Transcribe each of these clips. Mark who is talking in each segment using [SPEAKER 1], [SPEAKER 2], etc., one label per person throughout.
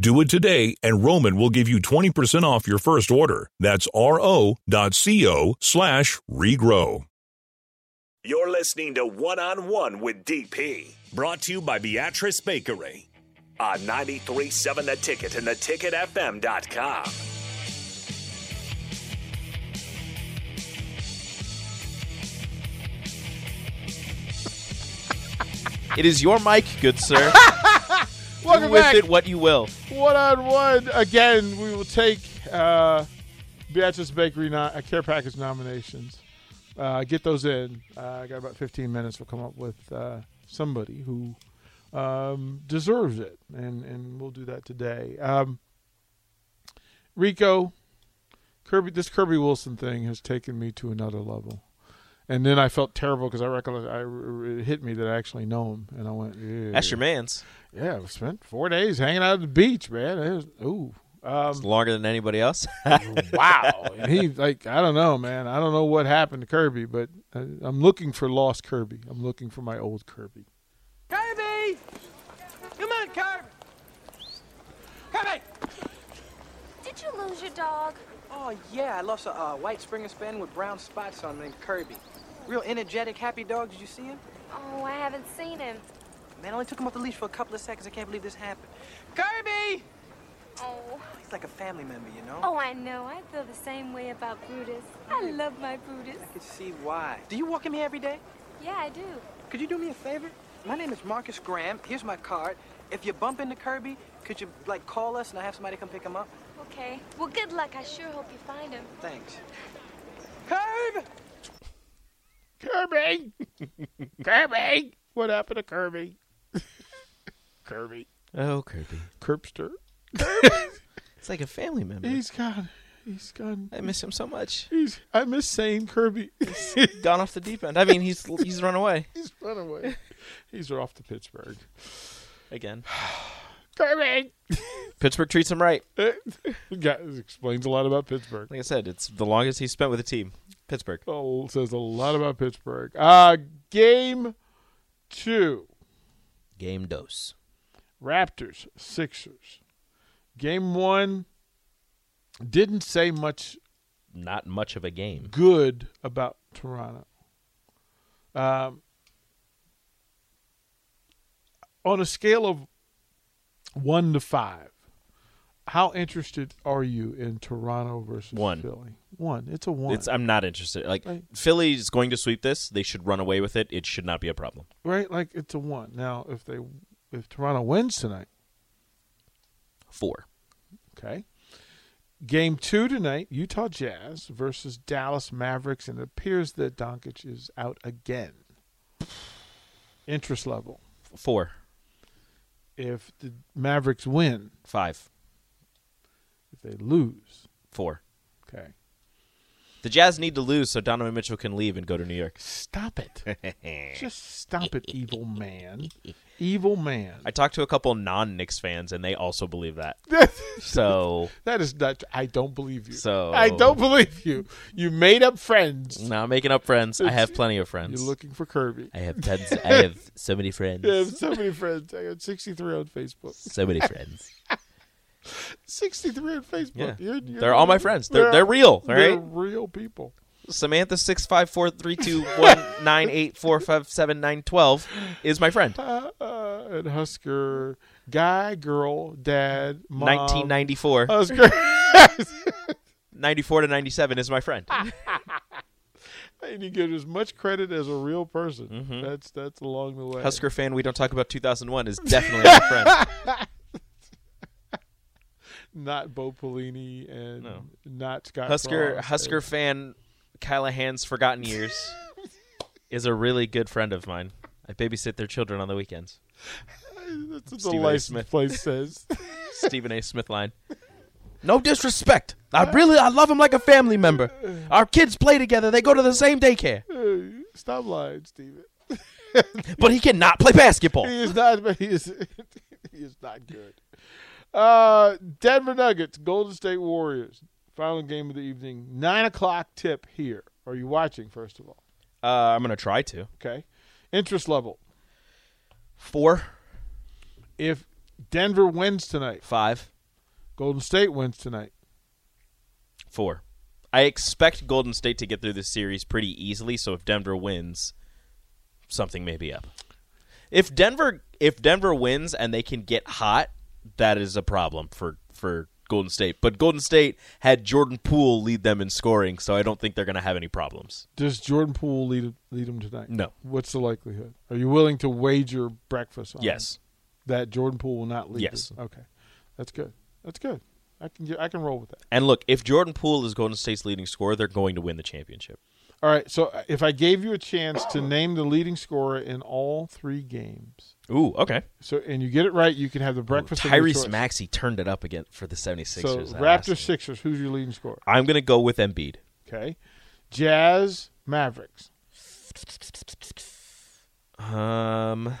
[SPEAKER 1] Do it today, and Roman will give you 20% off your first order. That's ro.co slash regrow.
[SPEAKER 2] You're listening to One on One with DP, brought to you by Beatrice Bakery on 937 The Ticket and theticketfm.com.
[SPEAKER 3] It is your mic, good sir. Do
[SPEAKER 4] Welcome
[SPEAKER 3] with
[SPEAKER 4] back.
[SPEAKER 3] it what you will.
[SPEAKER 4] One on one again. We will take uh, Beatrice Bakery no- uh, care package nominations. Uh, get those in. Uh, I got about 15 minutes. We'll come up with uh, somebody who um, deserves it, and and we'll do that today. Um, Rico, Kirby, this Kirby Wilson thing has taken me to another level. And then I felt terrible because I recollect I, it hit me that I actually know him, and I went. "Ew."
[SPEAKER 3] That's your man's.
[SPEAKER 4] Yeah, we spent four days hanging out at the beach, man. It was, ooh,
[SPEAKER 3] It's
[SPEAKER 4] um,
[SPEAKER 3] longer than anybody else.
[SPEAKER 4] wow. And he like I don't know, man. I don't know what happened to Kirby, but I, I'm looking for lost Kirby. I'm looking for my old Kirby.
[SPEAKER 5] Kirby! Come on, Kirby! Kirby!
[SPEAKER 6] Did you lose your dog?
[SPEAKER 5] Oh, yeah, I lost a uh, white Springer Spaniel with brown spots on him named Kirby. Real energetic, happy dog. Did you see him?
[SPEAKER 6] Oh, I haven't seen him.
[SPEAKER 5] Man, I only took him off the leash for a couple of seconds. I can't believe this happened. Kirby!
[SPEAKER 6] Oh.
[SPEAKER 5] He's like a family member, you know?
[SPEAKER 6] Oh, I know. I feel the same way about Brutus. I love my Brutus.
[SPEAKER 5] I can see why. Do you walk him here every day?
[SPEAKER 6] Yeah, I do.
[SPEAKER 5] Could you do me a favor? My name is Marcus Graham. Here's my card. If you bump into Kirby, could you, like, call us and I have somebody come pick him up?
[SPEAKER 6] Okay. Well, good luck. I sure hope you find him.
[SPEAKER 5] Thanks. Kirby!
[SPEAKER 4] Kirby, Kirby, what happened to Kirby? Kirby,
[SPEAKER 3] oh, Kirby.
[SPEAKER 4] Kirpster.
[SPEAKER 3] It's like a family member.
[SPEAKER 4] He's gone. He's gone.
[SPEAKER 3] I miss him so much.
[SPEAKER 4] He's. I miss saying Kirby.
[SPEAKER 3] Gone off the deep end. I mean, he's he's run away
[SPEAKER 4] He's run away. He's off to Pittsburgh.
[SPEAKER 3] again.
[SPEAKER 4] Kirby.
[SPEAKER 3] Pittsburgh treats him right.
[SPEAKER 4] Guys explains a lot about Pittsburgh.
[SPEAKER 3] Like I said, it's the longest he's spent with a team. Pittsburgh.
[SPEAKER 4] Oh, says a lot about Pittsburgh. Uh, game two
[SPEAKER 3] Game dose.
[SPEAKER 4] Raptors, Sixers. Game one didn't say much
[SPEAKER 3] Not much of a game.
[SPEAKER 4] good about Toronto. Um, on a scale of one to five, how interested are you in Toronto versus
[SPEAKER 3] One.
[SPEAKER 4] Philly? One. It's a one.
[SPEAKER 3] It's I'm not interested. Like
[SPEAKER 4] Right.
[SPEAKER 3] Philly's going to sweep this. They should run away with it. It should not be a problem.
[SPEAKER 4] right? Like it's a one. Now, if they if Toronto wins tonight.
[SPEAKER 3] Four.
[SPEAKER 4] Okay. Game two tonight, Utah Jazz versus Dallas Mavericks, and it appears that Doncic is out again. Interest level.
[SPEAKER 3] Four.
[SPEAKER 4] If the Mavericks win,
[SPEAKER 3] Five.
[SPEAKER 4] if they lose,
[SPEAKER 3] Four.
[SPEAKER 4] okay.
[SPEAKER 3] The Jazz need to lose so Donovan Mitchell can leave and go to New York.
[SPEAKER 4] Stop it. Just stop it, evil man. Evil man.
[SPEAKER 3] I talked to a couple non Knicks fans and they also believe that. So
[SPEAKER 4] that is not I don't believe you.
[SPEAKER 3] So-
[SPEAKER 4] I don't believe you. You made up friends.
[SPEAKER 3] now making up friends. I have plenty of friends.
[SPEAKER 4] You're looking for Kirby.
[SPEAKER 3] I have tons I have so many friends.
[SPEAKER 4] I have so many friends. I got 63 on Facebook.
[SPEAKER 3] So many friends.
[SPEAKER 4] 63 on Facebook.
[SPEAKER 3] Yeah.
[SPEAKER 4] You're- you're-
[SPEAKER 3] They're all my friends. They're they're real, all
[SPEAKER 4] They're
[SPEAKER 3] right?
[SPEAKER 4] real people.
[SPEAKER 3] Samantha six five four three two one nine eight four five seven nine twelve is my friend.
[SPEAKER 4] Uh, uh, and Husker, guy, girl, dad, mom. Uh,
[SPEAKER 3] Nineteen ninety four.
[SPEAKER 4] Husker. Ah.
[SPEAKER 3] Ninety four to ninety seven is my friend.
[SPEAKER 4] and you get as much credit as a real person. That's that's along the way.
[SPEAKER 3] Mm-hmm. Husker fan we don't talk about 2001 is definitely our friend.
[SPEAKER 4] not Bo Pelini and
[SPEAKER 3] No.
[SPEAKER 4] not Scott
[SPEAKER 3] Husker
[SPEAKER 4] Frost.
[SPEAKER 3] Husker fan Callahan's Forgotten Years is a really good friend of mine. I babysit their children on the weekends.
[SPEAKER 4] That's what the
[SPEAKER 3] Stephen A.
[SPEAKER 4] license
[SPEAKER 3] Smith.
[SPEAKER 4] plate says.
[SPEAKER 3] Stephen A. Smith line. No disrespect. I really I love him like a family member. Our kids play together. They go to the same daycare.
[SPEAKER 4] Stop lying, Steven.
[SPEAKER 3] But he cannot play basketball.
[SPEAKER 4] He is not. He is. He is not good. Uh, Denver Nuggets, Golden State Warriors, final game of the evening, nine o'clock tip here. Are you watching? First of all,
[SPEAKER 3] Uh, I'm going to try to.
[SPEAKER 4] okay. Interest level.
[SPEAKER 3] Four,
[SPEAKER 4] If Denver wins tonight,
[SPEAKER 3] five,
[SPEAKER 4] Golden State wins tonight.
[SPEAKER 3] four. I expect Golden State to get through this series pretty easily, so if Denver wins, something may be up. If Denver if Denver wins and they can get hot, that is a problem for for Golden State. But Golden State had Jordan Poole lead them in scoring, so I don't think they're going to have any problems.
[SPEAKER 4] Does Jordan Poole lead lead them tonight?
[SPEAKER 3] No.
[SPEAKER 4] What's the likelihood? Are you willing to wager breakfast on
[SPEAKER 3] Yes.
[SPEAKER 4] that Jordan Poole will not lead?
[SPEAKER 3] Yes.
[SPEAKER 4] them? Okay, that's good. That's good. I can get, I can roll with that.
[SPEAKER 3] And look, if Jordan Poole is Golden State's leading scorer, they're going to win the championship.
[SPEAKER 4] All right. So uh, if I gave you a chance to name the leading scorer in all three games,
[SPEAKER 3] Ooh, okay.
[SPEAKER 4] so and you get it right, you can have the breakfast. of your
[SPEAKER 3] Tyrese
[SPEAKER 4] choice.
[SPEAKER 3] Maxey turned it up again for the 76ers.
[SPEAKER 4] So
[SPEAKER 3] that last
[SPEAKER 4] Raptors,
[SPEAKER 3] game.
[SPEAKER 4] Sixers. Who's your leading scorer?
[SPEAKER 3] I'm going to go with Embiid.
[SPEAKER 4] Okay. Jazz, Mavericks.
[SPEAKER 3] Um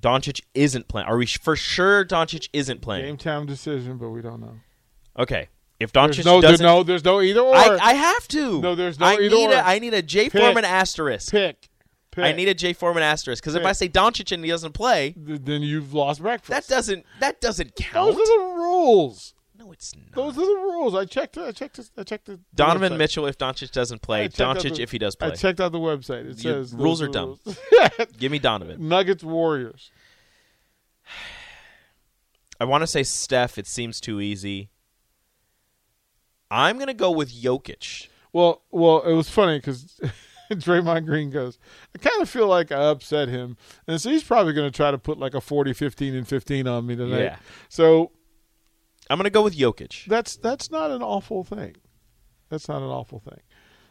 [SPEAKER 3] Doncic isn't playing. Are we sh- for sure Doncic isn't playing?
[SPEAKER 4] Game time decision, but we don't know.
[SPEAKER 3] Okay. If
[SPEAKER 4] There's
[SPEAKER 3] Doncic
[SPEAKER 4] no, there's
[SPEAKER 3] doesn't
[SPEAKER 4] no, there's no either or.
[SPEAKER 3] I, I have to.
[SPEAKER 4] No, there's no
[SPEAKER 3] I
[SPEAKER 4] either
[SPEAKER 3] need
[SPEAKER 4] or.
[SPEAKER 3] a I need a J
[SPEAKER 4] Pick.
[SPEAKER 3] Foreman asterisk.
[SPEAKER 4] pick, pick.
[SPEAKER 3] I need a J Foreman asterisk cuz if
[SPEAKER 4] Pick.
[SPEAKER 3] I say Doncic and he doesn't play,
[SPEAKER 4] Th- Then you've lost breakfast.
[SPEAKER 3] that doesn't that doesn't
[SPEAKER 4] Those
[SPEAKER 3] count.
[SPEAKER 4] are the rules.
[SPEAKER 3] no, it's not.
[SPEAKER 4] Those are the rules. I checked. I checked. this- I checked the
[SPEAKER 3] Donovan
[SPEAKER 4] website.
[SPEAKER 3] Mitchell if Doncic doesn't
[SPEAKER 4] I
[SPEAKER 3] play,
[SPEAKER 4] checked out
[SPEAKER 3] Doncic
[SPEAKER 4] the-
[SPEAKER 3] if he does
[SPEAKER 4] I
[SPEAKER 3] play.
[SPEAKER 4] checked out the website. It
[SPEAKER 3] Your
[SPEAKER 4] says
[SPEAKER 3] rules
[SPEAKER 4] those
[SPEAKER 3] are dumb.
[SPEAKER 4] rules.
[SPEAKER 3] Give me Donovan.
[SPEAKER 4] Nuggets Warriors.
[SPEAKER 3] I want to say Steph. It seems too easy. I'm going to go with Jokic.
[SPEAKER 4] Well, well, it was funny because Draymond Green goes, I kind of feel like I upset him, and so he's probably going to try to put like a 40, 15, and fifteen on me tonight.
[SPEAKER 3] Yeah.
[SPEAKER 4] So
[SPEAKER 3] I'm going to go with Jokic.
[SPEAKER 4] that's that's not an awful thing. That's not an awful thing.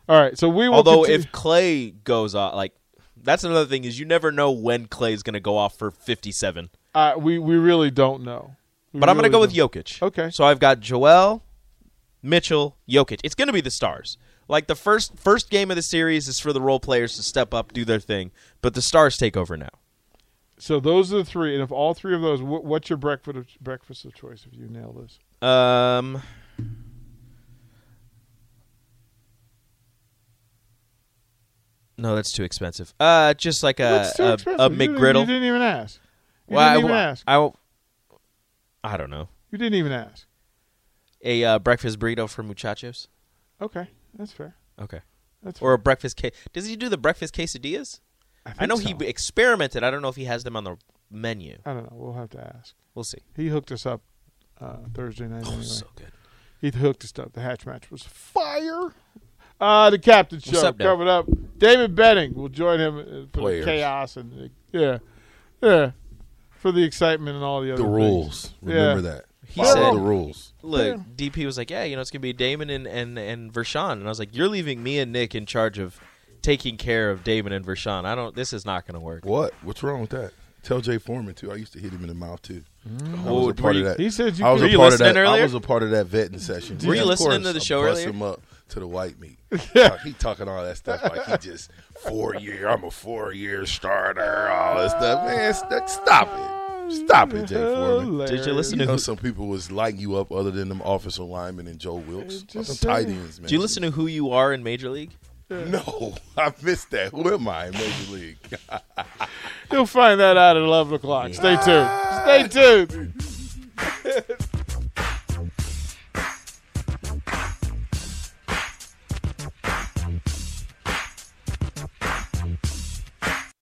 [SPEAKER 4] All right. So we will.
[SPEAKER 3] Although
[SPEAKER 4] continue-
[SPEAKER 3] if Clay goes off, like that's another thing is you never know when Clay's going to go off for 57.
[SPEAKER 4] uh, we we really don't know, We
[SPEAKER 3] But I'm going
[SPEAKER 4] really
[SPEAKER 3] to go with
[SPEAKER 4] don't.
[SPEAKER 3] Jokic.
[SPEAKER 4] Okay.
[SPEAKER 3] So I've got Joel, Mitchell, Jokic. It's going to be the stars. Like the first first game of the series is for the role players to step up, do their thing, but the stars take over now.
[SPEAKER 4] So those are the three, and if all three of those, what, what's your breakfast of, breakfast of choice if you nail this?
[SPEAKER 3] Um, no, that's too expensive. Uh, just like a
[SPEAKER 4] That's too
[SPEAKER 3] a, a
[SPEAKER 4] expensive. You didn't- You
[SPEAKER 3] McGriddle.
[SPEAKER 4] didn't even ask. You
[SPEAKER 3] Well,
[SPEAKER 4] didn't even
[SPEAKER 3] I,
[SPEAKER 4] ask.
[SPEAKER 3] I, I don't know.
[SPEAKER 4] you didn't even ask.
[SPEAKER 3] A uh, breakfast burrito for muchachos.
[SPEAKER 4] Okay, that's fair.
[SPEAKER 3] Okay.
[SPEAKER 4] That's
[SPEAKER 3] Or a breakfast case. Does he do the breakfast quesadillas?
[SPEAKER 4] I, think
[SPEAKER 3] I know
[SPEAKER 4] so.
[SPEAKER 3] he experimented. I don't know if he has them on the menu.
[SPEAKER 4] I don't know. We'll have to ask.
[SPEAKER 3] We'll see.
[SPEAKER 4] He hooked us up uh, Thursday night. anyway.
[SPEAKER 3] Oh, So good.
[SPEAKER 4] He hooked us up. The hatch match was fire. Uh, the captain show
[SPEAKER 3] up, Dave?
[SPEAKER 4] coming up. David Benning will join him uh, for
[SPEAKER 7] Players.
[SPEAKER 4] the chaos and the, yeah, yeah, for the excitement and all the other
[SPEAKER 7] The
[SPEAKER 4] things.
[SPEAKER 7] rules. Remember
[SPEAKER 4] Yeah.
[SPEAKER 7] that.
[SPEAKER 3] He
[SPEAKER 7] Follow
[SPEAKER 3] said-
[SPEAKER 7] the rules.
[SPEAKER 3] Look, DP was like, "Yeah, you know, it's gonna be Damon and and and Vershawn," and I was like, "You're leaving me and Nick in charge of taking care of Damon and Vershawn. I don't. This is not gonna work."
[SPEAKER 7] What? What's wrong with that? Tell Jay Foreman too. I used to hit him in the mouth too. I
[SPEAKER 3] Oh,
[SPEAKER 7] was
[SPEAKER 3] were
[SPEAKER 7] a part
[SPEAKER 3] you-
[SPEAKER 7] of that.
[SPEAKER 4] he said you
[SPEAKER 7] I was
[SPEAKER 4] could-
[SPEAKER 7] a
[SPEAKER 3] Were you
[SPEAKER 7] part of that.
[SPEAKER 3] listening
[SPEAKER 7] I
[SPEAKER 3] earlier?
[SPEAKER 7] was a part of that vetting session.
[SPEAKER 3] Were you
[SPEAKER 7] Yeah, of
[SPEAKER 3] listening to
[SPEAKER 7] course,
[SPEAKER 3] the
[SPEAKER 7] I
[SPEAKER 3] show
[SPEAKER 7] bust
[SPEAKER 3] earlier?
[SPEAKER 7] him up to the white meat. Talk- he talking all that stuff like he just four year. I'm a four year starter. All this stuff, man. st- stop it. Stop it, Jay Foreman.
[SPEAKER 4] Hilarious.
[SPEAKER 3] Did you listen
[SPEAKER 7] You
[SPEAKER 3] to
[SPEAKER 7] know
[SPEAKER 3] who?
[SPEAKER 7] some people was lighting you up other than them offensive linemen and Joe Wilkes.
[SPEAKER 4] Just
[SPEAKER 7] Some tight
[SPEAKER 4] saying.
[SPEAKER 7] ends, man.
[SPEAKER 3] Do you listen to who you are in Major League?
[SPEAKER 7] No, I missed that. Who am I in Major League?
[SPEAKER 4] You'll find that out at 11 o'clock. Stay tuned. Stay tuned.